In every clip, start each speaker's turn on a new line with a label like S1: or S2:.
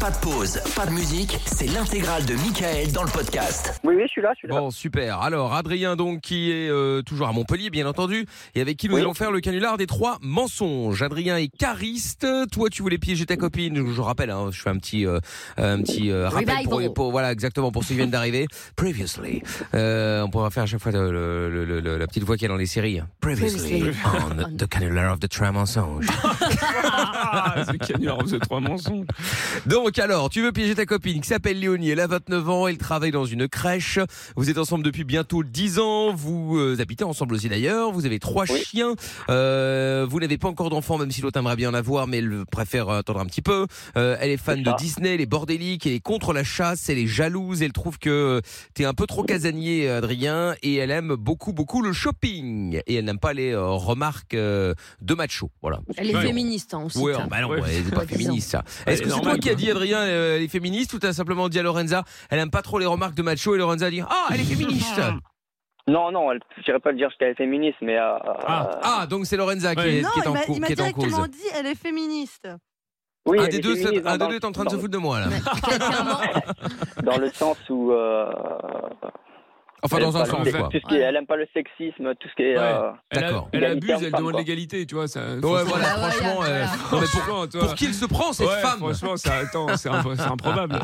S1: Pas de pause, pas de musique, c'est l'intégrale de Michael dans le podcast.
S2: Oui, oui, je suis là, je suis là.
S3: Bon, super. Alors, Adrien, donc, qui est euh, toujours à Montpellier, bien entendu, et avec qui nous
S2: Oui.
S3: allons faire le canular des trois mensonges. Adrien est cariste. Toi, tu voulais piéger ta copine. Je rappelle, hein, je fais un petit, euh, un petit euh, rappel pour,
S4: Revival.
S3: pour- voilà, exactement, pour ceux qui viennent d'arriver. Previously, Euh, on pourra faire à chaque fois le- le- le- le- la petite voix qu'il y a dans les séries. Previously,
S4: Previously.
S3: on the canular of the trois mensonges.
S5: Ah, The Canular of the Trois Mensonges.
S3: Donc alors, tu veux piéger ta copine qui s'appelle Léonie, elle a 29 ans, elle travaille dans une crèche, vous êtes ensemble depuis bientôt 10 ans, vous euh, habitez ensemble aussi d'ailleurs, vous avez trois
S2: Oui.
S3: chiens, euh, vous n'avez pas encore d'enfants même si l'autre aimerait bien en avoir mais elle préfère euh, attendre un petit peu, Euh, elle est fan
S2: C'est
S3: de
S2: ça.
S3: Disney, elle est bordélique, elle est contre la chasse, elle est jalouse, elle trouve que euh, t'es un peu trop casanier Adrien et elle aime beaucoup beaucoup le shopping et elle n'aime pas les euh, remarques euh, de macho, voilà.
S4: Elle est
S5: Ouais.
S4: féministe, hein, on cite.
S3: Ouais, oh, bah non,
S5: Ouais.
S3: ouais, c'est pas
S4: Ouais,
S3: féministe ça.
S5: Ouais,
S3: Est-ce que c'est
S5: normal,
S3: toi qui
S5: quoi.
S3: as dit Adrien euh, elle est féministe ou t'as simplement dit à Lorenza elle aime pas trop les remarques de macho et Lorenza dit ah elle est féministe.
S2: Non, non, elle- je dirais pas le dire qu'elle est féministe, mais. euh, euh,
S3: ah donc c'est Lorenza qui,
S5: Ouais.
S3: est,
S6: Non,
S3: qui est
S6: il
S3: en,
S6: m'a-
S3: cau-
S6: il m'a
S3: qui est en cause.
S6: directement dit elle est féministe.
S2: oui,
S3: un
S2: elle
S3: des
S2: est
S3: deux, c'est-
S2: féministe,
S3: un
S2: hein,
S3: des
S2: dans-
S3: deux est en train de se
S2: dans-
S3: foutre de moi là.
S2: Dans le sens où. euh,
S3: Enfin
S2: elle
S3: dans
S2: aime
S3: un
S2: pas
S3: sens
S2: le-
S3: quoi.
S2: Tout ce qui est- elle aime pas le sexisme, tout ce qui est.
S5: Ouais.
S2: euh,
S5: Elle, a-
S3: D'accord.
S5: elle abuse,
S2: Égalitaire,
S5: elle
S2: femme,
S5: demande
S2: quoi.
S5: l'égalité, tu vois. Ça,
S3: Ouais
S5: franchement-
S3: voilà
S4: Bah ouais,
S3: franchement.
S4: voilà.
S3: euh, non, mais pour,
S5: Franchement, toi.
S3: pour qui il se prend cette
S5: Ouais,
S3: femme
S5: Franchement, ça, attends, c'est impro- c'est improbable.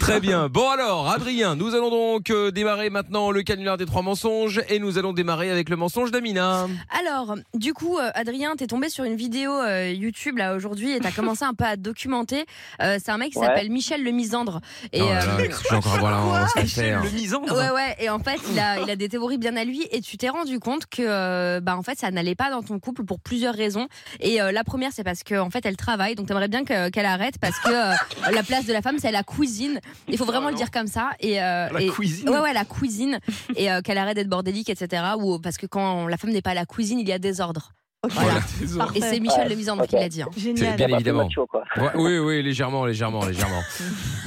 S3: Très bien. Bon alors, Adrien, nous allons donc euh, démarrer maintenant le canular des trois mensonges et nous allons démarrer avec le mensonge d'Amina.
S4: Alors, du coup, euh, Adrien, t'es tombé sur une vidéo euh, YouTube là aujourd'hui et t'as commencé un peu à documenter. Euh, c'est un mec qui
S2: Ouais.
S4: s'appelle Michel Le Misandre. Et,
S3: Oh là
S4: euh,
S3: là, qu'est-ce que j'ai encore voilà, on se fait faire.
S5: Ah
S4: Ouais
S5: bah.
S4: ouais et en fait il a, il a des théories bien à lui et tu t'es rendu compte que euh, bah en fait ça n'allait pas dans ton couple pour plusieurs raisons et euh, la première c'est parce que en fait elle travaille donc t'aimerais bien que- qu'elle arrête parce que euh, la place de la femme c'est la cuisine il faut vraiment
S5: Oh
S4: le
S5: non.
S4: dire comme ça et, euh,
S5: La
S4: et-
S5: cuisine.
S4: ouais ouais la cuisine et euh, qu'elle arrête d'être bordélique etc ou parce que quand la femme n'est pas à la cuisine il y a désordre
S6: Ok,
S4: Voilà.
S5: Désolé.
S4: et c'est Michel
S2: Ouais,
S4: le misandre qui
S2: ok.
S4: l'a dit hein.
S6: Génial.
S3: bien
S2: bah, c'est
S3: évidemment.
S2: macho, quoi.
S3: Ouais, oui, oui, légèrement, légèrement, légèrement.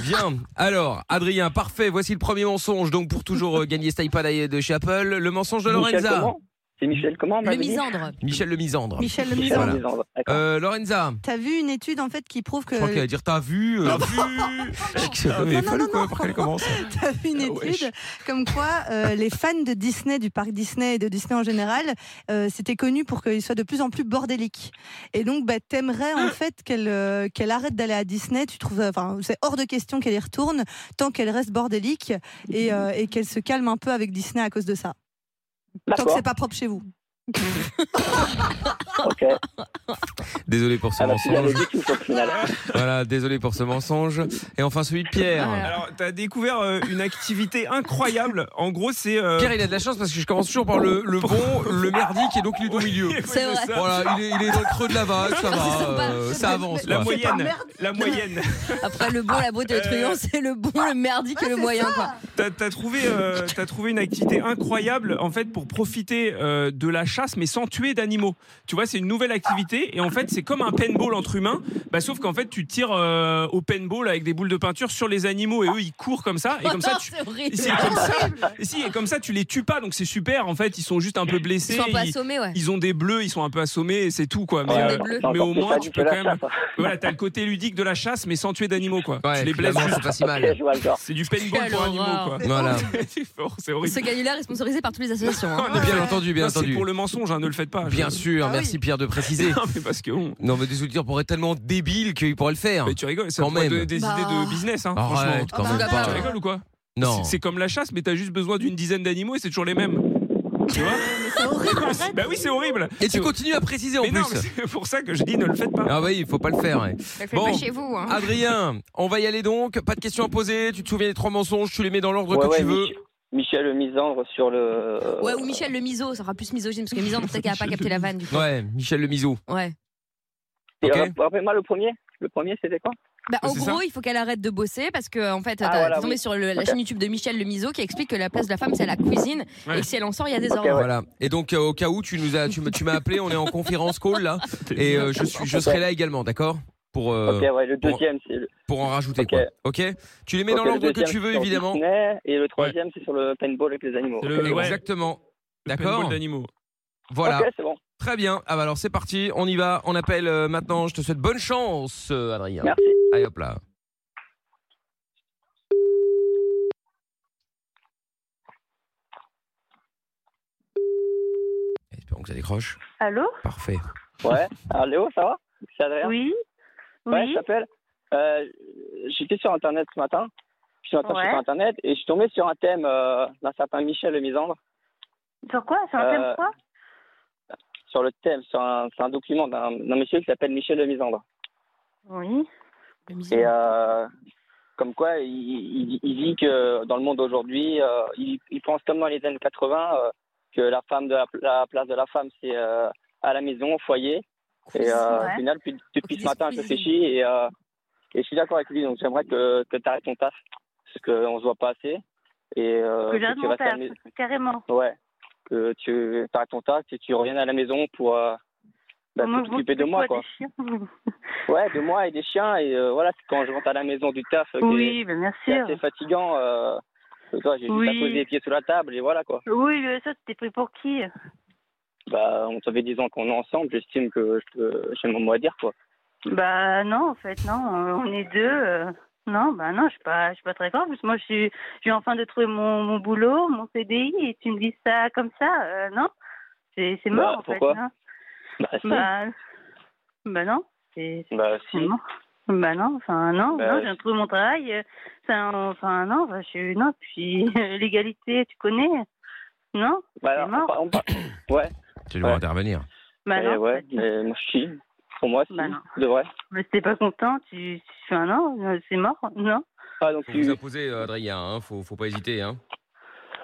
S3: Bien. Alors, Adrien, parfait. Voici le premier mensonge. Donc, pour toujours euh, gagner cet iPad à- de chez Apple, le mensonge de
S2: Michel
S3: Lorenza.
S2: comment C'est Michel comment
S4: le
S2: m'avez dit
S4: misandre
S3: Michel le misandre.
S6: Michel Le
S2: Michel
S6: Misandre.
S3: Voilà.
S2: Misandre, d'accord.
S3: Euh, Lorenza,
S6: T'as vu une étude en fait qui prouve que
S3: je crois qu'elle va dire t'as vu. euh,
S6: non, non,
S3: commence
S6: non, non. t'as vu une
S5: Ah, wesh.
S6: étude comme quoi euh, les fans de Disney, du parc Disney et de Disney en général, euh, c'était connu pour qu'ils soient de plus en plus bordéliques. Et donc, bah, t'aimerais en fait qu'elle euh, qu'elle arrête d'aller à Disney. Tu trouves, enfin, c'est hors de question qu'elle y retourne tant qu'elle reste bordélique et, euh, et qu'elle se calme un peu avec Disney à cause de ça. Tant que
S2: D'accord,
S6: c'est pas propre chez vous.
S2: ok. Ah, bah,
S3: Désolé pour ce
S2: Elle a plus jamais
S3: mensonge.
S2: du tout au final.
S3: Voilà, désolé pour ce mensonge. Et enfin, celui de Pierre.
S4: Voilà.
S5: Alors, t'as découvert euh, une activité incroyable. En gros, c'est. euh,
S3: Pierre, il a de la chance parce que je commence toujours par le, le bon, le merdique et donc il est au milieu.
S4: C'est
S5: Ouais,
S4: vrai.
S5: ça.
S3: Voilà, il est, il est dans le creux de la vague, ça va,
S4: sympa.
S3: euh, ça avance.
S5: La
S3: quoi.
S5: moyenne. La moyenne.
S4: après le bon la beauté le truand c'est le bon le merdique et le moyen quoi
S5: T'as t'as trouvé, euh, t'as trouvé une activité incroyable en fait pour profiter euh, de la chasse mais sans tuer d'animaux. Tu vois, c'est une nouvelle activité et en fait c'est comme un paintball entre humains, bah, sauf qu'en fait tu tires euh, au paintball avec des boules de peinture sur les animaux et eux ils courent comme ça et comme ça tu
S4: c'est horrible
S5: et si, et comme ça, et si, et comme ça, tu les tues pas, donc c'est super. En fait, ils sont juste un peu blessés.
S4: Ils sont un peu
S5: ils,
S4: assommés, ouais.
S5: ils ont des bleus, ils sont un peu assommés, et c'est tout quoi. Mais,
S4: Ils ont
S5: euh,
S4: des bleus.
S2: Non,
S5: mais
S2: non,
S5: au
S2: c'est
S5: moins,
S2: pas
S5: tu
S2: du
S5: peux
S2: tout
S5: quand
S2: la
S5: même.
S2: chatte.
S5: Voilà, t'as le côté ludique de la chasse, mais sans tuer d'animaux quoi.
S3: Ouais,
S5: tu les blesses.
S3: finalement,
S5: juste.
S3: c'est pas si
S2: Ok,
S3: mal.
S2: je vois le genre.
S5: C'est du paintball
S4: Quelle
S5: pour animaux
S4: horreur.
S5: quoi.
S3: Voilà.
S5: C'est fort, c'est
S4: Ce
S5: horrible.
S4: canular est sponsorisé par toutes les associations. hein.
S3: Bien entendu, bien
S5: Non, c'est
S3: entendu.
S5: pour le mensonge, hein, ne le faites pas.
S3: Bien
S5: Je-
S3: sûr,
S6: Ah
S3: merci
S6: oui.
S3: Pierre de préciser.
S5: Non, mais parce que bon.
S3: Non, mais des auditeurs pourraient être tellement débiles qu'ils pourraient le faire.
S5: Mais tu rigoles, ça
S3: Quand
S5: pourrait
S3: même.
S5: donner des
S4: Bah.
S5: idées de business, hein,
S3: Arrête,
S6: Ah
S3: quand
S6: bah
S3: même
S6: non,
S3: pas.
S5: franchement. Tu rigoles ou quoi
S3: Non.
S5: C'est c'est comme la chasse, mais t'as juste besoin d'une dizaine d'animaux et c'est toujours les mêmes. Tu vois
S6: C'est horrible.
S5: Bah oui, c'est horrible.
S3: Et tu continues à préciser en
S5: Mais
S3: plus.
S5: non, mais c'est pour ça que je dis ne le faites pas.
S3: Ah oui, il faut pas le faire. ouais.
S4: Faites
S3: Bon.
S4: pas chez vous. hein.
S3: Adrien, on va y aller donc. Pas de questions à poser. Tu te souviens des trois mensonges, tu les mets dans l'ordre
S2: Ouais,
S3: que
S2: ouais,
S3: tu veux.
S2: Mich- Michel Misandre sur le.
S4: Ouais, ou Michel le miso, ça fera plus misogyne parce que miso, peut-être qu'elle a pas capté la vanne du coup.
S3: Ouais, Michel le Misou.
S4: Ouais.
S2: Et
S3: ok.
S2: rappelle- Rappelle-moi le premier. Le premier, c'était quoi
S4: Bah, en
S5: C'est
S4: gros, il faut qu'elle arrête de bosser parce que en fait,
S2: Ah,
S4: t'as-
S2: voilà,
S4: t'es tombé
S2: oui.
S4: sur le- la
S2: Ok.
S4: chaîne YouTube de Michel le miso qui explique que la place de la femme c'est à la cuisine
S5: Ouais.
S4: et que si elle en sort, il y a des
S2: ouais.
S4: ordres.
S3: Voilà. Et donc euh, au cas où tu nous as, tu m'as tu m'as appelé. On est en conférence call là. Et euh, je suis, je serai là également, d'accord Pour euh,
S2: Ok, ouais, le
S3: bon.
S2: deuxième, c'est le.
S3: pour en rajouter
S2: Ok.
S3: quoi. Ok. Tu les mets dans
S2: ok, le
S3: l'ordre que
S2: deuxième,
S3: tu veux
S2: c'est sur
S3: évidemment.
S2: Disney, et le troisième, c'est sur le paintball avec les animaux.
S5: C'est le- ouais.
S3: Exactement.
S5: Le
S3: D'accord.
S5: paintball d'animaux.
S3: Voilà.
S2: Ok, c'est bon.
S3: Très bien. Ah bah alors c'est parti, on y va. On appelle euh, maintenant. Je te souhaite bonne chance, euh, Adrien.
S2: Merci.
S3: Allez hop là. donc ça décroche.
S7: Allô
S3: Parfait.
S2: Ouais. Alors Léo, ça va C'est Adrien.
S7: Oui.
S2: Ouais, je
S7: Oui.
S2: t'appelle. Euh, j'étais sur Internet ce matin. Je suis en train de
S7: Ouais.
S2: chercher sur Internet et je suis tombé sur un thème euh, d'un certain Michel Le Misandre.
S7: Sur quoi Sur un
S2: Euh,
S7: thème quoi
S2: Sur le thème, sur un, sur un document d'un, d'un monsieur qui s'appelle Michel Le Misandre.
S7: Oui.
S2: Et euh, comme quoi, il, il- il dit que dans le monde aujourd'hui, euh, il, il pense comme dans les années 80 euh, que la femme de la, la place de la femme, c'est euh, à la maison, au foyer. Et euh,
S7: ouais.
S2: au final, depuis, depuis ce
S4: Cuisine,
S2: matin, je
S4: cuisine.
S2: réfléchis et, euh, et je suis d'accord avec lui. Donc j'aimerais que, que tu arrêtes ton taf parce qu'on se voit pas assez. Et euh,
S7: que j'arrête
S2: tu
S7: mon
S2: restes à la
S7: taf,
S2: maison.
S7: carrément.
S2: Ouais. Que tu arrêtes ton taf et tu reviennes à la maison pour euh, bah,
S7: Au moins, vous
S2: t'occuper de
S7: occupez-vous
S2: moi,
S7: des
S2: quoi.
S7: chiens.
S2: Ouais, de moi et des chiens. Et euh, voilà, c'est quand je rentre à la maison du taf. euh, que-
S7: Oui, ben, bien
S2: c'est
S7: sûr.
S2: assez fatigant. Euh, que toi, j'ai
S7: Oui.
S2: juste à poser les pieds sous la table et voilà quoi.
S7: Oui, mais ça, t'es pris pour qui
S2: Bah, on savait 10 ans qu'on est ensemble, j'estime que je peux- j'ai mon mot à dire quoi.
S7: Bah non, en fait, non, euh, on est deux. euh, Non, bah non, je suis pas, je suis pas très grande. Parce que moi, je suis, je suis en train de trouver mon, mon boulot, mon CDI, et tu me dis ça comme ça, euh, non C'est c'est mort,
S2: Bah,
S7: en fait.
S2: pourquoi
S7: non
S2: Bah, si.
S7: bah, bah non, c'est c'est
S2: Bah, si.
S7: mort. Bah non, enfin non,
S2: Bah,
S7: non, j'ai trouvé mon travail. euh, ça, enfin non, bah, je suis non, puis l'égalité, tu connais Non,
S2: Bah,
S7: c'est mort.
S2: on- on- ouais,
S3: Tu dois
S2: Ouais.
S3: intervenir.
S7: bah
S2: mais
S7: non, en
S2: Eh ouais,
S7: fait.
S2: mais moi si. Pour moi, si,
S7: Bah, non.
S2: de vrai.
S7: mais si t'es pas content, tu, tu fais un non, euh, c'est mort, non
S2: Ah, donc
S3: Faut
S2: tu-
S3: vous imposer, euh, Adrien. Hein. Faut, faut pas hésiter. Hein.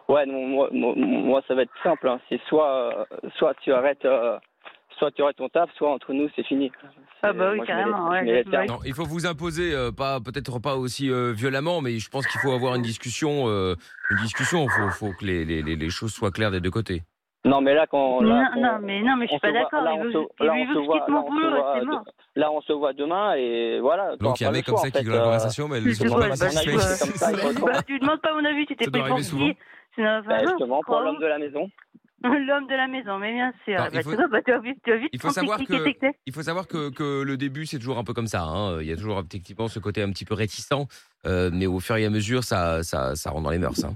S2: Ouais, non, moi, moi, moi, ça va être simple. hein. C'est soit, euh, soit tu arrêtes. euh, Soit tu arrêtes ton taf, soit entre nous c'est fini.
S7: Ah
S2: C'est-
S7: bah
S2: moi, je
S7: oui,
S2: mets les-
S7: carrément,
S2: je
S7: ouais,
S2: mets les
S7: bah
S2: termes.
S7: oui.
S3: Non, il faut vous imposer, euh, pas peut-être pas aussi euh, violemment, mais je pense qu'il faut avoir une discussion. euh, une discussion. Faut, faut que les, les, les- les choses soient claires des deux côtés.
S2: Non, mais là quand Oh là,
S7: non,
S2: quand-
S7: non, mais non, mais je
S2: on
S7: suis
S2: se
S7: pas
S2: voit-
S7: d'accord.
S2: là,
S7: Il
S2: on
S7: veut,
S2: se-
S7: il
S2: là,
S7: veut-
S2: on
S7: il veut
S2: se
S7: que je
S2: voit-
S7: quitte
S2: là,
S7: mon
S2: on se
S7: boulot,
S2: voit euh,
S7: c'est
S2: de-
S7: mort.
S2: Là, on se voit demain et voilà.
S3: Donc il y a un mec comme ça qui veut
S2: euh,
S3: la conversation, mais
S7: Je
S3: elles
S7: te
S3: sont
S7: vois,
S3: pas
S7: bah, je
S3: satisfaites.
S7: vois.
S2: C'est comme ça, il faut le
S7: Bah, tu demandes pas mon avis, tu t'es
S3: Ça
S7: pris
S3: doit
S7: pour
S3: arriver souvent.
S7: qui C'est non, enfin,
S2: Bah,
S7: non,
S2: justement, pour
S7: pourquoi
S2: l'homme de la maison.
S7: L'homme de la maison, mais bien sûr.
S3: Non,
S7: Bah,
S3: il faut-
S7: tu vois, bah, tu as vu, tu as vu,
S3: il
S7: te
S3: faut savoir
S7: prendre tes
S3: que-
S7: tickets, tes tickets.
S3: Il faut savoir que, que le début, c'est toujours un peu comme ça. hein. Il y a toujours euh, techniquement ce côté un petit peu réticent, euh, mais au fur et à mesure, ça, ça, ça rentre dans les mœurs. hein.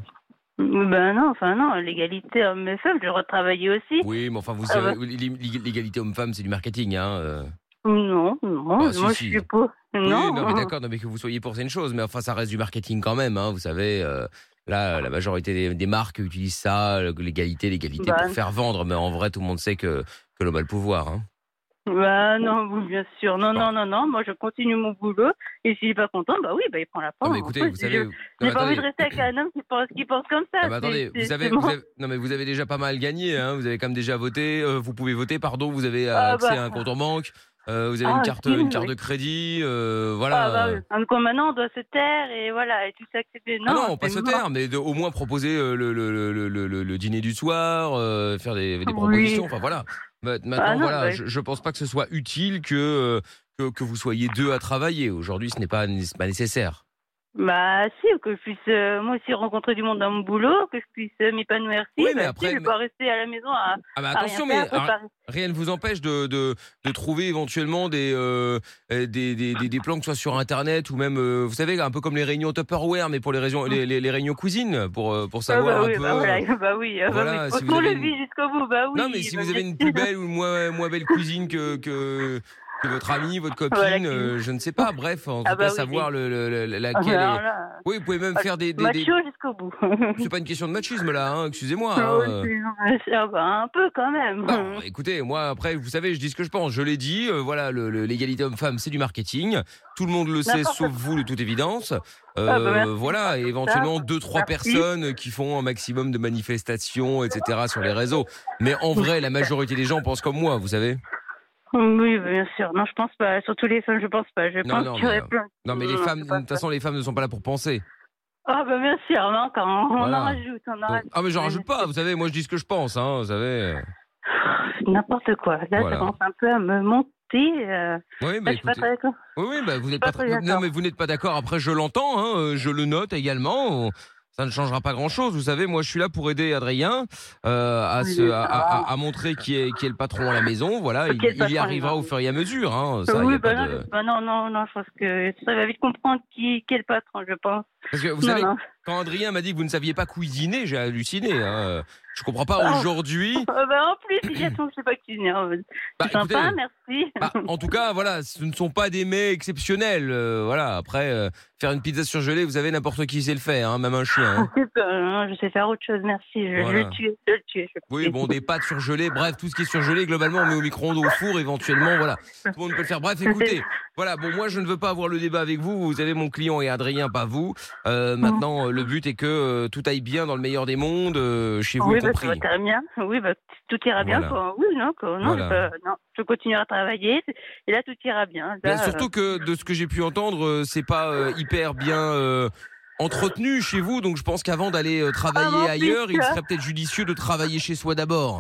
S7: Ben non, enfin non, l'égalité homme et femme, je retravaillais aussi.
S3: Oui, mais enfin, vous
S7: Ah
S3: irez- l'ég- l'égalité homme-femme, c'est du marketing. Hein. euh.
S7: Non, non,
S3: Ah, si,
S7: moi
S3: si.
S7: je suis pas.
S3: Oui,
S7: Non,
S3: non, mais d'accord, non, mais que vous soyez pour, c'est une chose, mais enfin, ça reste du marketing quand même, hein, vous savez. euh, là, la majorité des, des marques utilisent ça, le- l'égalité, l'égalité
S7: Bah.
S3: pour faire vendre, mais en vrai, tout le monde sait que, que l'homme a le pouvoir. hein.
S7: bah non, oui, bien sûr. Non,
S3: Bon.
S7: non, non, non, moi je continue mon boulot. Et s'il est pas content, bah oui, bah il prend la
S3: Non,
S7: forme.
S3: Ah, mais écoutez, vous savez. non, mais
S7: J'ai pas envie
S3: attendez.
S7: de rester avec un homme qui pense, qui pense comme ça.
S3: Ah bah, attendez,
S7: c'est-
S3: vous
S7: c'est-
S3: avez,
S7: c'est
S3: vous
S7: mort.
S3: avez- non mais vous avez déjà pas mal gagné, hein, vous avez quand même déjà voté, euh, vous pouvez voter, pardon, vous avez euh,
S7: Ah
S3: accès
S7: bah.
S3: à un compte en banque, euh, vous avez
S7: Ah,
S3: une carte,
S7: oui,
S3: une
S7: oui.
S3: carte de crédit, euh,
S7: Ah,
S3: voilà.
S7: bah oui. Donc maintenant, on doit se taire et voilà, et tout s'accepter.
S3: Ah
S7: Non,
S3: Non, on passe
S7: c'est
S3: au
S7: mort.
S3: terme, mais de, au moins proposer euh, le, le, le, le, le- le dîner du soir, euh, faire des, des
S7: Oui.
S3: propositions, enfin voilà. Ma- Maintenant,
S7: Ah non,
S3: voilà,
S7: bah,
S3: je, je pense pas que ce soit utile que, euh, que, que vous soyez deux à travailler. Aujourd'hui, ce n'est pas, ce n'est pas nécessaire.
S7: Bah si, que je puisse euh, moi aussi rencontrer du monde dans mon boulot, que je puisse euh, m'épanouir. Si,
S3: Oui, mais
S7: bah, si,
S3: après,
S7: je vais
S3: mais-
S7: pas rester à la maison à,
S3: Ah bah
S7: à
S3: attention,
S7: rien
S3: mais
S7: faire, à
S3: rien-
S7: préparer.
S3: rien ne vous empêche de, de, de trouver éventuellement des, euh, euh, des, des, des, des plans, que ce soit sur Internet ou même, euh, vous savez, un peu comme les réunions Tupperware, mais pour les réunions, les, les- les réunions cuisine, pour, euh, pour
S7: Ah,
S3: savoir
S7: bah, oui,
S3: un peu.
S7: bah, voilà, bah oui, ah, bah
S3: voilà, si
S7: oui.
S3: vous
S7: Autant
S3: avez
S7: le
S3: une-
S7: vit jusqu'au bout, bah oui.
S3: Non, mais si
S7: bah,
S3: vous avez
S7: bien
S3: une
S7: sûr.
S3: plus belle ou moins, moins belle cuisine que, que, que votre ami, votre copine,
S7: Voilà, qui-
S3: euh, je ne sais pas. Bref, en
S7: bah, Ah
S3: tout
S7: bah
S3: cas,
S7: oui,
S3: savoir le, le- le-
S7: Ah,
S3: laquelle
S7: alors
S3: est.
S7: là,
S3: Oui, vous pouvez même
S7: Ah,
S3: faire des. des, des-
S7: Macho jusqu'au bout.
S3: C'est pas une question de machisme là, hein, excusez-moi.
S7: Ah,
S3: hein.
S7: oui, c'est- ah, bah, un peu quand même.
S3: Non, Bah, écoutez, moi après, vous savez, je dis ce que je pense. Je l'ai dit, euh, voilà, le- le- l'égalité homme-femme, c'est du marketing. Tout le monde le sait,
S7: N'importe
S3: sauf vous, de toute évidence. Euh,
S7: Ah bah merci.
S3: voilà, et éventuellement deux, trois
S7: Merci.
S3: personnes qui font un maximum de manifestations, etc. sur les réseaux. Mais en vrai, la majorité des gens pensent comme moi, vous savez.
S7: Oui, bah, bien sûr. Non, je pense pas. Surtout les femmes, je pense pas. Je
S3: Non,
S7: pense
S3: non,
S7: qu'il
S3: mais,
S7: y
S3: euh,
S7: aurait plein.
S3: Non, mais les
S7: Non,
S3: femmes,
S7: je
S3: de
S7: pense
S3: toute façon, les femmes ne sont pas là pour penser.
S7: Ah bah bien sûr, non, quand on, on
S3: Voilà.
S7: en rajoute, on en
S3: Donc-
S7: rajoute.
S3: ah, mais j'en rajoute pas, vous savez, moi je dis ce que je pense, hein, vous savez.
S7: N'importe quoi. Là,
S3: Voilà.
S7: ça commence un peu à me monter. euh,
S3: Oui,
S7: là,
S3: mais
S7: je suis pas
S3: écoutez.
S7: très d'accord.
S3: Oui, oui, bah, vous n'êtes
S7: pas
S3: pas, très-
S7: très
S3: non,
S7: d'accord.
S3: mais vous n'êtes pas d'accord. Après, je l'entends, hein, euh, je le note également. Ça ne changera pas grand-chose. Vous savez, moi, je suis là pour aider Adrien euh, à, se- à, à- à montrer qui est, qui est le patron à la maison. Voilà, il,
S7: Qui est Ah. le
S3: il y
S7: patron à la
S3: arrivera
S7: maison.
S3: au fur et à mesure. Hein, ça, il y
S7: oui,
S3: a pas
S7: bah, non,
S3: de-
S7: bah non, non, non, je pense que ça va vite comprendre qui, qui est le patron, je pense.
S3: Parce que vous
S7: non,
S3: savez,
S7: non.
S3: Quand Adrien m'a dit que vous ne saviez pas cuisiner, j'ai halluciné. Hein. Je comprends pas
S7: Ah.
S3: aujourd'hui.
S7: Ah bah, en plus, il y a ton, je sais pas qui vient.
S3: Bah,
S7: C'est sympa,
S3: écoutez,
S7: merci.
S3: bah, en tout cas, voilà, ce ne sont pas des mets exceptionnels. euh, voilà, après, euh, faire une pizza surgelée, vous avez n'importe qui sait le faire, hein, même un chien. hein.
S7: Écoute, euh, je sais faire autre chose, merci. Je
S3: Voilà.
S7: vais le tuer, je vais le tuer. je vais le
S3: Oui,
S7: tuer.
S3: bon, des pâtes surgelées, bref, tout ce qui est surgelé, globalement, on met au micro-ondes, au four, éventuellement, voilà. Tout le monde peut le faire. Bref, écoutez, voilà, bon, moi, je ne veux pas avoir le débat avec vous. Vous avez mon client et Adrien, pas vous.
S7: Mm.
S3: Euh, maintenant, euh, le but est que euh, tout aille bien dans le meilleur des mondes, euh, chez vous
S7: oui,
S3: y
S7: bah, ça
S3: compris.
S7: va très bien. Oui, bah, tout ira bien.
S3: Voilà.
S7: quoi. Oui, non, quoi. non,
S3: Voilà.
S7: je peux- non, je continuerai à travailler. Et là, tout ira bien.
S3: Bien,
S7: Là,
S3: surtout que de ce que j'ai pu entendre, euh, c'est pas euh, hyper bien euh, entretenu chez vous, donc je pense qu'avant d'aller euh, travailler
S7: Ah, mon
S3: ailleurs,
S7: fils.
S3: il serait peut-être judicieux de travailler chez soi d'abord.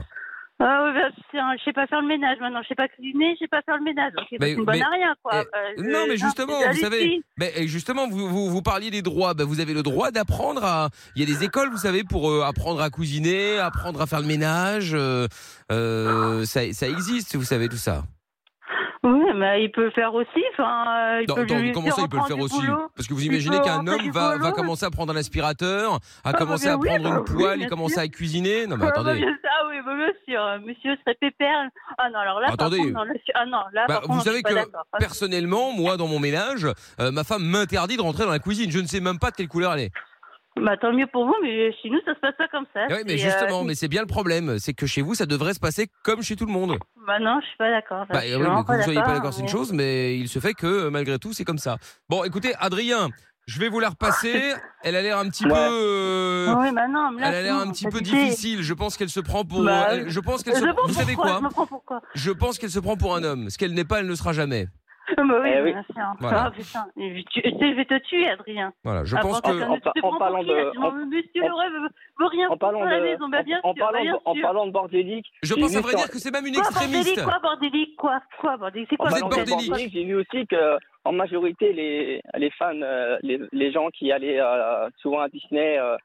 S7: euh, ah, oui, bah, putain, je sais pas faire le ménage maintenant. Je sais pas cuisiner, je sais pas faire le ménage. Donc, c'est
S3: Mais-
S7: une bonne
S3: mais-
S7: à rien, quoi. Bah,
S3: eh, non, mais justement,
S7: c'est
S3: vous savez,
S7: hallucinant.
S3: Mais euh, justement, vous, vous, vous parliez des droits. Ben, vous avez le droit d'apprendre à. Il y a des écoles, vous savez, pour euh, apprendre à cuisiner, apprendre à faire le ménage. euh, euh, ça, ça existe, vous savez tout ça.
S7: Oui, mais il peut le faire aussi. Enfin, euh, il
S3: Non,
S7: peut
S3: attends,
S7: lui
S3: comment ça, il peut le
S7: reprendre
S3: faire
S7: du
S3: aussi
S7: boulot.
S3: Parce que vous
S7: Il
S3: imaginez
S7: peut
S3: qu'un
S7: rentrer
S3: homme
S7: du
S3: va, va
S7: boulot.
S3: commencer à prendre un aspirateur, à
S7: bah,
S3: commencer à
S7: bien oui,
S3: prendre
S7: bah,
S3: une
S7: oui,
S3: poêle et
S7: bien
S3: commencer
S7: sûr.
S3: à cuisiner. Non, mais
S7: Ah, bah,
S3: attendez.
S7: bien- ah oui, bah, bien sûr, euh, monsieur serait pépère. Ah non, alors là,
S3: Attendez.
S7: par contre, non, là, je- ah non, là,
S3: Bah,
S7: par
S3: vous
S7: contre, je
S3: savez
S7: suis pas
S3: que
S7: d'accord. Ah,
S3: Personnellement, moi, dans mon ménage, euh, ma femme m'interdit de rentrer dans la cuisine. Je ne sais même pas de quelle couleur elle est.
S7: Bah, tant mieux pour vous, mais chez nous, ça se passe pas comme ça.
S3: Ah oui, mais
S7: C'est, euh,
S3: justement, mais c'est bien le problème. C'est que chez vous, ça devrait se passer comme chez tout le monde.
S7: Bah non, je suis pas d'accord.
S3: Bah,
S7: je
S3: oui,
S7: suis
S3: mais
S7: vraiment
S3: que vous ne soyez pas d'accord, c'est une
S7: mais-
S3: chose, mais il se fait que euh, malgré tout, c'est comme ça. Bon, écoutez, Adrien, je vais vous la repasser. Elle a l'air un petit
S2: Ouais.
S3: peu. euh,
S7: Ah oui, bah non, mais là,
S3: Elle a l'air
S7: sinon,
S3: un petit
S7: ça
S3: peu
S7: dit-
S3: difficile. Je pense qu'elle se prend pour.
S7: Bah,
S3: elle- je pense
S7: Je
S3: qu'elle se.
S7: me prends
S3: Vous
S7: pour
S3: savez
S7: Je
S3: quoi
S7: me prends pourquoi
S3: Je pense qu'elle se prend pour un homme. Ce qu'elle n'est pas, elle ne sera jamais.
S7: Ah bah oui,
S2: Eh oui.
S7: bien sûr.
S3: Voilà.
S7: Ah, putain, je, tu- tu sais, je vais te tuer, Adrien.
S3: Voilà. Je
S7: Ah,
S3: pense
S7: bon,
S3: que.
S7: attends, tu te
S2: En- en
S7: prends pour
S2: parlant
S7: qui, là
S2: de-
S7: Tu m'en- Monsieur
S2: en-
S7: le rêve veut- veut rien
S2: En
S7: foutre
S2: parlant
S7: à la
S2: de,
S7: maison, bah bien
S2: en, en
S7: sûr, bah
S2: parlant,
S7: bien
S2: de- en
S7: sûr.
S2: parlant de bordélique,
S3: Je
S2: j'ai
S3: pense,
S2: vu
S3: Adrien,
S2: sur-
S3: que c'est même une
S7: Quoi, bordélique
S3: extrémiste.
S7: Quoi, bordélique Quoi, quoi, bordélique C'est
S2: en
S7: quoi
S3: Vous êtes
S2: parlant de
S3: bordélique.
S2: bordélique, j'ai vu aussi que en majorité les les fans, euh, les, les gens qui allaient euh, souvent à Disney, euh,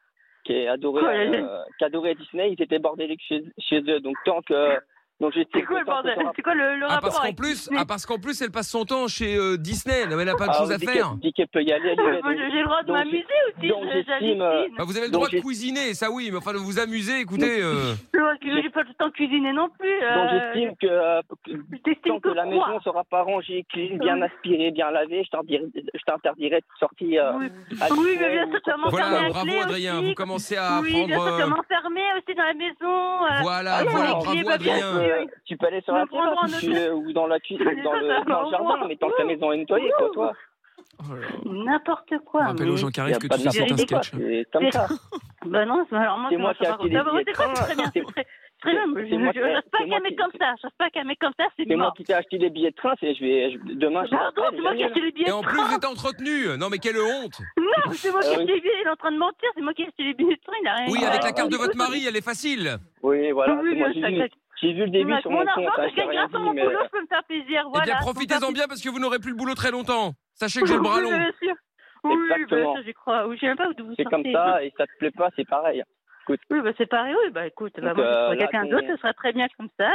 S2: qui adoraient
S7: Ouais.
S2: euh, qui adoraient Disney, ils étaient bordéliques chez, chez eux. Donc tant que donc j'étais
S7: C'est quoi le
S2: content
S7: bordel
S2: que ça-
S7: C'est quoi le, le
S3: Ah,
S7: rapport
S3: parce qu'en
S7: avec
S3: plus,
S7: Disney
S3: ah, parce qu'en plus, elle passe son temps chez euh, Disney. Non, mais elle n'a pas de
S2: Ah,
S3: choses à
S2: dit qu'elle-
S3: faire.
S2: dit qu'elle peut y aller. elle y va.
S7: Ah, Moi, J'ai le droit de
S2: donc,
S7: m'amuser aussi,
S2: donc,
S7: je-
S2: j'estime, euh,
S7: j'hallucine.
S3: Bah, vous avez le
S2: Donc,
S3: droit de
S2: j'ai-
S3: cuisiner, ça oui, mais enfin de vous amuser. Écoutez, euh,
S7: Je vois que J'ai pas le temps de cuisiner non plus.
S2: Donc
S7: euh,
S2: j'estime que euh, que-
S7: je t'estime
S2: tant que la
S7: quoi
S2: maison sera pas rangée, clean, bien aspirée, bien lavée, je t'indirai- je t'interdirai de sortir. euh,
S7: Oui.
S2: à
S7: Oui,
S2: Disney
S7: mais bien
S2: ou
S7: sûr, tu vas
S2: quoi que ce soit.
S7: m'enfermer
S3: voilà.
S7: à
S3: Bravo,
S7: clé
S3: Adrien.
S7: aussi.
S3: Vous commencez à
S7: oui,
S3: apprendre.
S7: bien sûr, tu
S3: euh,
S7: vas m'enfermer aussi dans la maison. euh,
S3: Voilà, voilà,
S7: ah, non, il
S3: bravo
S7: est pas bien
S3: Adrien.
S7: sûr.
S2: Euh, tu peux aller sur
S7: Me
S2: la terrasse
S7: prendre en
S2: ou tu- ou dans la cuisine,
S7: Mais
S2: dans
S7: ça, ça
S2: le, dans
S7: va,
S2: le
S7: au
S2: jardin,
S7: revoir.
S2: mais tant que ta maison est nettoyée, quoi, toi.
S5: Oh là là.
S7: N'importe
S5: Je
S7: quoi.
S5: rappelle
S7: mais-
S5: aux gens
S2: Y
S5: qui arrivent
S2: a
S5: que
S2: pas
S5: tout
S2: de
S5: ça c'est un
S7: vérité, quoi.
S5: sketch. hein.
S2: C'est comme ça.
S7: Bah non, c'est- alors moi,
S2: C'est
S7: tu
S2: moi
S7: m'en
S2: qui ai
S7: sors
S2: acheté
S7: pas comme ça.
S2: les
S7: Bah, bon, c'est quoi,
S2: billets
S7: c'est
S2: de
S7: très bien, c'est très bien, mais
S2: C'est
S7: je
S2: moi
S7: ne
S2: qui-
S7: reste pas
S2: c'est moi
S7: qu'un mec
S2: qui-
S7: comme ça. Je reste pas qu'un mec comme ça, c'est
S2: C'est moi
S7: mort.
S2: qui t'ai acheté les billets de train, c'est je vais je- demain je te
S7: Pardon,
S2: rappelle,
S7: c'est moi qui ai acheté les billets.
S3: Et en plus, vous êtes entretenu. Non, mais quelle honte.
S7: Non, c'est moi qui ai
S2: Ah oui.
S7: acheté les billets. Il est en train de mentir. C'est moi qui ai acheté les billets de train. Il a rien
S3: Oui,
S7: il a
S3: avec la
S7: rien
S3: carte de
S7: dit.
S3: votre mari, elle est facile.
S2: Oui, voilà,
S7: Oui,
S2: c'est moi j'ai
S7: ça,
S2: vu,
S7: ça-
S2: j'ai vu le début sur
S7: Mon
S2: mon compte,
S7: argent,
S2: hein, je
S7: je
S2: t'ai
S7: gagne
S2: rien
S7: grâce à
S2: dit,
S7: mon
S2: mais...
S7: boulot, je peux me faire plaisir.
S3: Eh
S7: Voilà.
S3: bien,
S7: Faut
S3: profitez-en
S7: faire-
S3: bien parce que vous n'aurez plus le boulot très longtemps. Sachez que j'ai le bras
S7: Oui,
S3: long.
S7: bien sûr. Oui,
S2: Exactement.
S7: bien sûr, j'y crois. Oui, je sais même pas où vous
S2: C'est comme
S7: sortez.
S2: ça, et ça te plaît pas, c'est pareil.
S7: Oui, bah, c'est pareil. Oui, bah, écoute, bah,
S2: Donc,
S7: moi, je
S2: euh,
S7: trouverais
S2: là,
S7: quelqu'un
S2: ton-
S7: d'autre, ce sera très bien comme ça.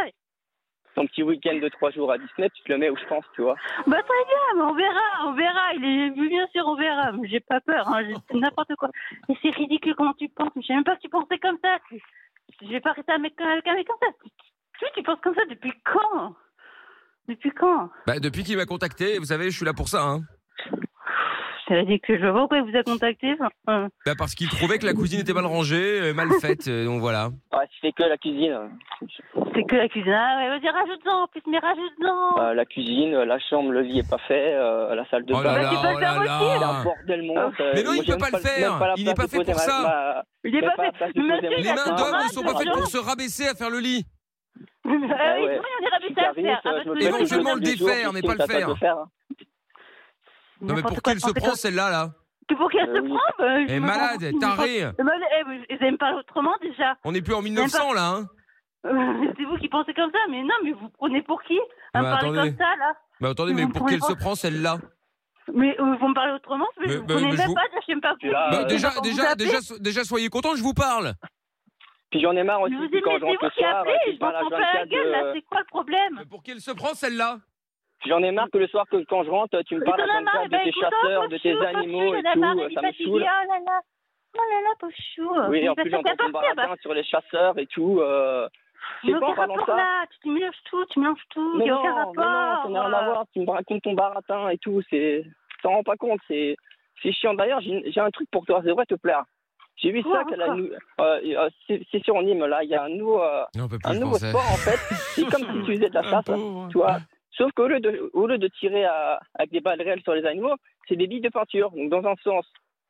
S2: Ton petit week-end de trois jours à Disney, tu te le mets où je pense, tu vois.
S7: Bah, très bien, mais on verra, on verra. Il est, oui, bien sûr, on verra. Mais J'ai pas peur, hein. j'ai- c'est n'importe quoi. Mais c'est ridicule comment tu penses. Mais je sais même pas que tu pensais comme ça. Tu- Je vais pas rester avec avec un mec comme ça. Tu- Tu, tu penses comme ça depuis quand Depuis quand
S3: Bah, depuis qu'il m'a contacté, vous savez, je suis là pour ça. Hein.
S7: Ça veut dire que je vois pas pourquoi il vous a contacté. enfin, euh,
S3: Bah, parce qu'il trouvait que la cuisine était mal rangée, euh, mal faite. euh, donc voilà.
S2: Ah, c'est que la cuisine.
S7: C'est que la cuisine. Ah ouais, vas-y, rajoute-en. En plus, mais rajoute-en.
S2: Euh, la cuisine, la chambre, le lit est pas fait, euh, la salle de
S3: Oh
S2: bain.
S3: là
S7: Bah, tu
S3: là,
S7: peux
S3: oh là
S7: le faire
S2: C'est un
S3: là.
S2: bordel monstre.
S3: Mais non,
S2: Moi,
S3: il
S2: j'ai
S3: peut pas
S2: même
S3: le faire.
S2: même la
S3: Il n'est
S2: place
S3: pas
S2: de
S3: fait pour
S2: poser ma-
S3: ça.
S2: ma-
S7: Il est
S2: même
S7: pas
S2: la
S7: fait.
S2: place de
S7: Mais
S2: poser
S7: monsieur,
S2: ma-
S7: il
S3: Les
S7: a
S3: mains
S7: pas
S3: d'homme
S7: mal
S3: ne sont
S7: de
S3: pas faites pour
S7: gens.
S3: se rabaisser à faire le lit.
S7: Ah oui,
S2: Ah ouais.
S7: oui, on est ravis
S2: Si
S7: de ça à
S2: t'arrives,
S7: faire. Ah
S2: euh,
S7: bah,
S2: je me
S7: tous les
S2: fais
S7: deux,
S3: Éventuellement,
S7: tous
S2: deux
S7: les
S3: le
S7: deux.
S2: jours,
S3: défaire, mais
S2: qu'est-ce
S3: pas
S2: que
S3: le
S2: t'as
S3: faire.
S2: de hein.
S3: Non, mais
S7: N'importe
S3: pour
S7: quoi,
S3: qu'il
S7: je
S3: se
S7: pensais
S3: prend celle-là, là
S7: que- Pour qu'elle
S2: Euh,
S7: se
S2: oui.
S7: prend, bah, je
S3: Elle est
S7: me
S3: malade,
S7: comprends-
S3: tarée.
S7: Eh ben, eh, vous- Vous allez me parler autrement déjà.
S3: On n'est plus en 1900 là. Hein.
S7: Euh, C'est vous qui pensez comme ça, mais non, mais vous prenez pour qui
S3: Bah,
S7: à me parler
S3: attendez.
S7: comme ça là
S3: Bah, attendez,
S7: Mais
S3: mais
S7: vous
S3: pour
S7: pouvez
S3: qu'elle
S7: pas-
S3: se prend celle-là.
S7: Mais euh, vous me parlez autrement, mais,
S3: Mais-
S7: vous
S3: bah,
S7: prenez
S3: mais je
S7: même
S3: vous-
S7: pas, je sais même pas vous.
S2: Là,
S3: Bah,
S2: euh,
S3: déjà,
S7: Vous
S3: déjà,
S7: appelez
S3: déjà, so- déjà, soyez content, je vous parle.
S2: Puis j'en ai marre aussi
S7: Je vous
S2: puis
S7: dis,
S2: quand
S7: mais
S2: je
S7: c'est
S2: rentre
S7: vous
S2: le
S7: qui
S2: soir,
S7: appelez,
S2: tu
S7: je m'en
S2: parles à
S7: prends pas la
S2: 24
S7: gueule là,
S2: de...
S7: c'est quoi le problème
S3: Mais pour qu'elle se prend celle-là.
S2: Puis j'en ai marre que le soir que quand je rentre, tu me
S7: Mais
S2: parles
S7: t'en as
S2: à
S7: marre,
S2: 24
S7: eh ben,
S2: de tes
S7: écoute, oh,
S2: chasseurs,
S7: faut
S2: de
S7: que tu-
S2: tes
S7: faut que tu-
S2: animaux et
S7: j'en ai marre,
S2: tout,
S7: elle est
S2: ça me
S7: fatiguée,
S2: saoule.
S7: oh là là. Oh là là, pauvre chou.
S2: Oui,
S7: Mais
S2: en plus,
S7: parce que
S2: j'entends
S7: t'as
S2: ton
S7: pas fait, bah,
S2: baratin sur les chasseurs et tout. euh, je sais
S7: mais
S2: pas, en
S7: aucun
S2: parlant de
S7: rapport
S2: ça.
S7: là, tu mélanges tout, tu mélanges tout, il
S2: Mais
S7: n'y a
S2: non,
S7: aucun
S2: mais non,
S7: rapport.
S2: ça n'a rien à voir. Tu me racontes ton baratin et tout. C'est, tu t'en rends pas compte. C'est, c'est chiant. D'ailleurs, j'ai, j'ai un truc pour toi. Ça devrait te plaire. J'ai vu
S7: Quoi,
S2: ça qu'à la
S7: encore
S2: nou- euh, euh, c'est, c'est sur Nîmes là. Il y a un nouveau, euh,
S3: Non, on peut plus,
S2: un
S3: je
S2: nouveau
S3: pense. hein.
S2: sport en fait. C'est comme si tu faisais de la
S5: Un
S2: chasse.
S5: Ah, pauvre.
S2: Tu vois. Sauf qu'au lieu de, au lieu de tirer à- avec des balles réelles sur les animaux, c'est des billes de peinture. Donc dans un sens,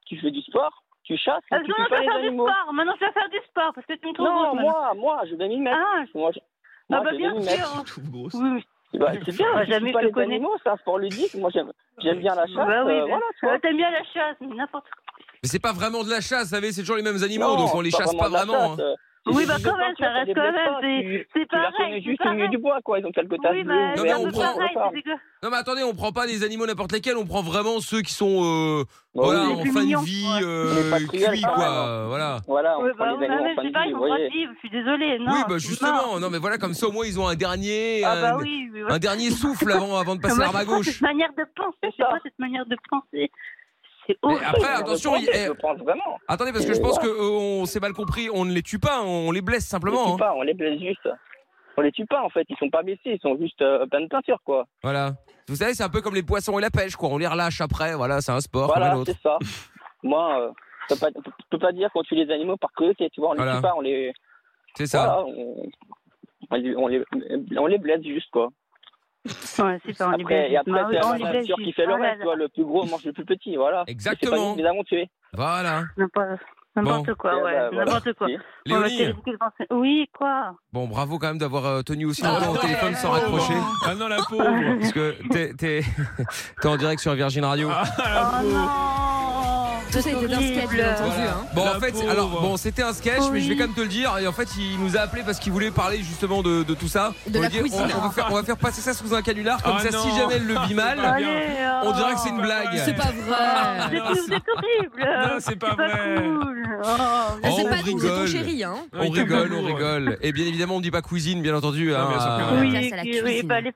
S2: tu fais du sport, tu chasses, et
S7: Ah,
S2: puis
S7: non,
S2: tu
S7: je
S2: fais
S7: vais
S2: les
S7: faire du
S2: animaux.
S7: sport. Maintenant, je vais faire du sport parce que tu me trouves
S2: Non,
S7: grosse, maintenant.
S2: moi, moi, je vais m'y mettre.
S7: Ah,
S2: Moi, je,
S7: ah
S2: moi,
S7: bah
S2: je vais
S7: bien
S2: m'y mettre.
S7: sûr.
S5: Tout gros.
S7: Oui, oui.
S2: Bah, c'est bien,
S7: Bah,
S2: je
S7: jamais
S2: suis pas
S7: je te
S2: les
S7: connais.
S2: animaux, c'est un sport ludique. Moi, j'aime, j'aime bien la chasse.
S7: Bah oui,
S2: euh,
S7: bah,
S2: voilà, tu vois.
S7: Euh, T'aimes bien la chasse, mais n'importe quoi.
S3: Mais c'est pas vraiment de la chasse, vous savez, c'est toujours les mêmes animaux,
S2: Non,
S3: donc on les
S2: c'est
S3: chasse pas
S2: de la
S3: vraiment.
S2: chasse,
S3: hein.
S2: euh,
S7: Oui,
S2: c'est
S7: bah,
S2: des
S7: quand même,
S2: peintures,
S7: ça reste
S2: des
S7: quand même,
S2: bleuves, Tu,
S7: C'est
S2: tu la reconnais
S7: pareil, c'est
S2: juste au milieu
S7: pareil.
S2: du bois, quoi. Ils ont quelques taches
S7: Oui,
S2: bleues,
S7: bah,
S3: Non, mais
S7: c'est
S2: vertes,
S7: un
S3: on
S7: peu
S2: bleues,
S3: prend-
S7: pareil,
S2: bleues,
S7: c'est dégueu.
S3: Non, mais attendez, on prend pas des animaux n'importe lesquels, on prend vraiment ceux qui sont, euh,
S2: Bon,
S3: voilà,
S7: les
S2: oui,
S3: en
S7: plus
S3: fin de
S7: mignons,
S3: vie,
S7: ouais.
S3: euh,
S2: Les patriotes,
S3: cuits,
S2: ah,
S3: quoi,
S2: ouais.
S3: euh, voilà.
S2: Voilà, on
S7: Oui,
S2: prend
S7: bah,
S2: les
S7: ouais,
S2: animaux en
S7: même,
S2: fin de
S7: c'est pareil,
S2: vie,
S7: ils
S2: vous
S7: sont
S2: voyez.
S7: sportifs, je suis désolée.
S3: oui,
S7: Non,
S3: bah
S7: c'est mort.
S3: justement, non, mais voilà, comme ça, au moins, ils ont un dernier,
S7: Ah, bah
S3: un,
S7: oui, oui,
S3: un dernier souffle avant, avant de passer
S7: Moi,
S3: l'arme à
S7: je pense que
S3: gauche.
S7: Cette manière de penser,
S2: C'est
S7: c'est
S2: ça.
S7: pas cette manière de penser. C'est
S3: Mais
S7: horrible.
S3: après,
S2: Je
S3: attention,
S2: pense,
S3: il-
S2: je
S3: eh,
S2: pense vraiment.
S3: attendez, parce que je pense que euh, on s'est mal compris, on ne les tue pas, on les blesse
S2: On les
S3: simplement.
S2: tue
S3: hein.
S2: pas, on les blesse juste. On les tue pas, en fait. Ils sont pas blessés, ils sont juste euh, pleins de peinture, quoi.
S3: Voilà. Vous savez, c'est un peu comme les poissons et la pêche, quoi. On les relâche après, voilà, c'est un sport comme un
S2: Voilà,
S3: autre.
S2: c'est ça. Moi, euh, je peux pas, je peux pas dire qu'on tue les animaux par curiosité, tu vois. On les
S3: Voilà.
S2: tue pas, on les.
S3: C'est ça.
S2: Voilà, on, on les, on, les, on les blesse juste, quoi.
S7: Ouais, c'est pas, on les
S2: Après,
S7: blesse.
S2: et après,
S7: Bah oui,
S2: c'est
S7: on
S2: la
S7: les blesse
S2: nature qui
S7: juste.
S2: fait le
S7: Oh là
S2: reste,
S7: là.
S2: quoi. Le plus gros mange le plus petit, voilà. Et C'est pas nous
S3: Exactement.
S2: qui les avons tués.
S3: Voilà.
S7: N'importe n'importe
S2: Eh
S7: quoi,
S2: ben,
S7: ouais,
S2: voilà.
S7: n'importe quoi.
S2: Si.
S7: On va
S3: Léonie,
S7: tirer beaucoup de pensées. Oui, quoi
S3: bon, bravo quand même d'avoir euh, tenu aussi longtemps au téléphone sans
S5: Oh,
S3: raccrocher.
S5: Ah non, la pauvre.
S3: Parce que t'es, t'es, t'es en direct sur Virgin Radio.
S5: Ah, la
S7: Oh
S5: pauvre.
S7: non
S4: Tout ça était dans ce
S7: Horrible.
S4: câble, bien entendu.
S3: Voilà.
S4: hein.
S3: Bon,
S5: La
S3: en fait,
S5: pauvre.
S3: alors, bon, c'était un sketch, mais je vais
S7: Oui.
S3: quand même te le dire. Et en fait, il nous a appelé parce qu'il voulait parler justement de, de tout ça.
S4: De
S3: on,
S4: la
S3: lui dit, on,
S4: cuisine.
S3: on va faire, on va faire passer ça sous un canular, comme
S5: Ah
S3: ça, si
S5: non.
S3: jamais elle le vit mal,
S7: Allez, oh.
S3: on dirait que c'est une blague.
S4: C'est pas
S7: Ah,
S4: vrai.
S7: c'est- Vous êtes horrible
S5: Non, c'est pas vrai.
S7: cool. Oh,
S4: Ah,
S3: Oh,
S4: C'est
S3: on
S4: pas nous, c'est ton
S3: rigole.
S4: chéri, hein.
S3: On rigole, on rigole. Et bien évidemment, on ne dit pas cuisine, bien entendu.
S5: Non, bien sûr que
S3: hein.
S5: non.
S7: oui,
S4: Place à la
S7: oui,
S4: cuisine.
S7: bah, les-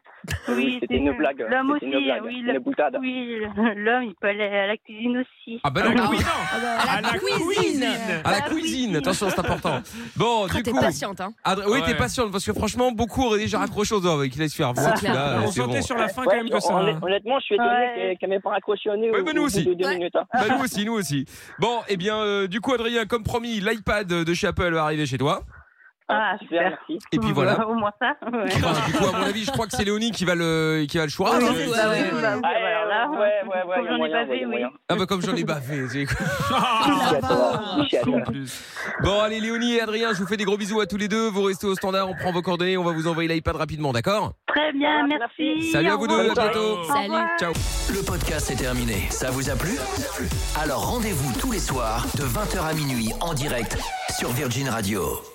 S7: oui,
S2: C'était une
S7: nul.
S2: blague.
S7: L'homme
S2: C'était
S7: aussi,
S2: une blague.
S7: oui,
S2: Une
S7: le-
S2: boutade.
S7: oui, l'homme, il peut aller à la cuisine aussi.
S3: Ah ben
S5: Ah,
S3: non,
S5: la
S3: oui.
S5: cuisine.
S6: bah,
S4: À la cuisine.
S3: à la
S7: Ah, oui.
S3: cuisine, attention, c'est important. Bon,
S4: Ah,
S3: du
S4: T'es
S3: coup,
S4: patiente, hein.
S3: Adrien- oui, t'es
S5: Ouais.
S3: patiente parce que franchement, beaucoup auraient déjà raccroché aux oreilles. Qu'il laisse faire. Bon,
S4: C'est
S3: celui-là,
S5: On
S3: euh, c'est
S5: sentait
S3: bon.
S5: sur la fin
S2: Ouais,
S5: quand même que ça.
S2: honnêt- Honnêtement, je suis étonné
S7: Ouais.
S2: qu'elle- qu'elle m'ait pas raccroché au nez.
S3: Ouais,
S2: au
S3: bah, nous
S2: bout
S3: aussi.
S2: de deux
S4: Ouais.
S2: minutes, hein.
S3: Bah, nous aussi, nous aussi. Bon, eh bien, euh, du coup, Adrien, comme promis, l'iPad de chez Apple va arriver chez toi.
S7: Ah,
S2: Super,
S7: super.
S2: merci.
S3: Et puis voilà.
S7: Au moins ça. ouais.
S3: Enfin, du coup, à mon avis, je crois que c'est Léonie qui va le, qui va le choix.
S4: Ah,
S7: Oui,
S4: bah,
S7: oui,
S4: ouais,
S7: bah,
S4: ouais,
S7: oui,
S4: ouais.
S7: bah, oui,
S2: Ah,
S7: alors là,
S2: ouais, ouais, ouais, il y a
S7: comme j'en ai
S2: moyen,
S7: pas
S2: ouais, il y
S7: vu,
S2: a
S7: oui.
S2: moyen.
S3: Ah bah comme j'en ai bavé. c'est-
S5: Ah,
S2: Michel, ça
S7: bah,
S2: va. Michel.
S5: en plus.
S3: Bon allez Léonie et Adrien, je vous fais des gros bisous à tous les deux. Vous restez au standard, on prend vos coordonnées, on va vous envoyer l'iPad rapidement, d'accord
S7: Très bien,
S2: Ah,
S7: merci.
S2: merci.
S3: Salut à vous deux, à
S5: Ciao.
S3: bientôt.
S7: Au revoir.
S4: Salut.
S3: Ciao.
S1: Le podcast est terminé. Ça vous a plu Alors rendez-vous tous les soirs de 20h à minuit en direct sur Virgin Radio.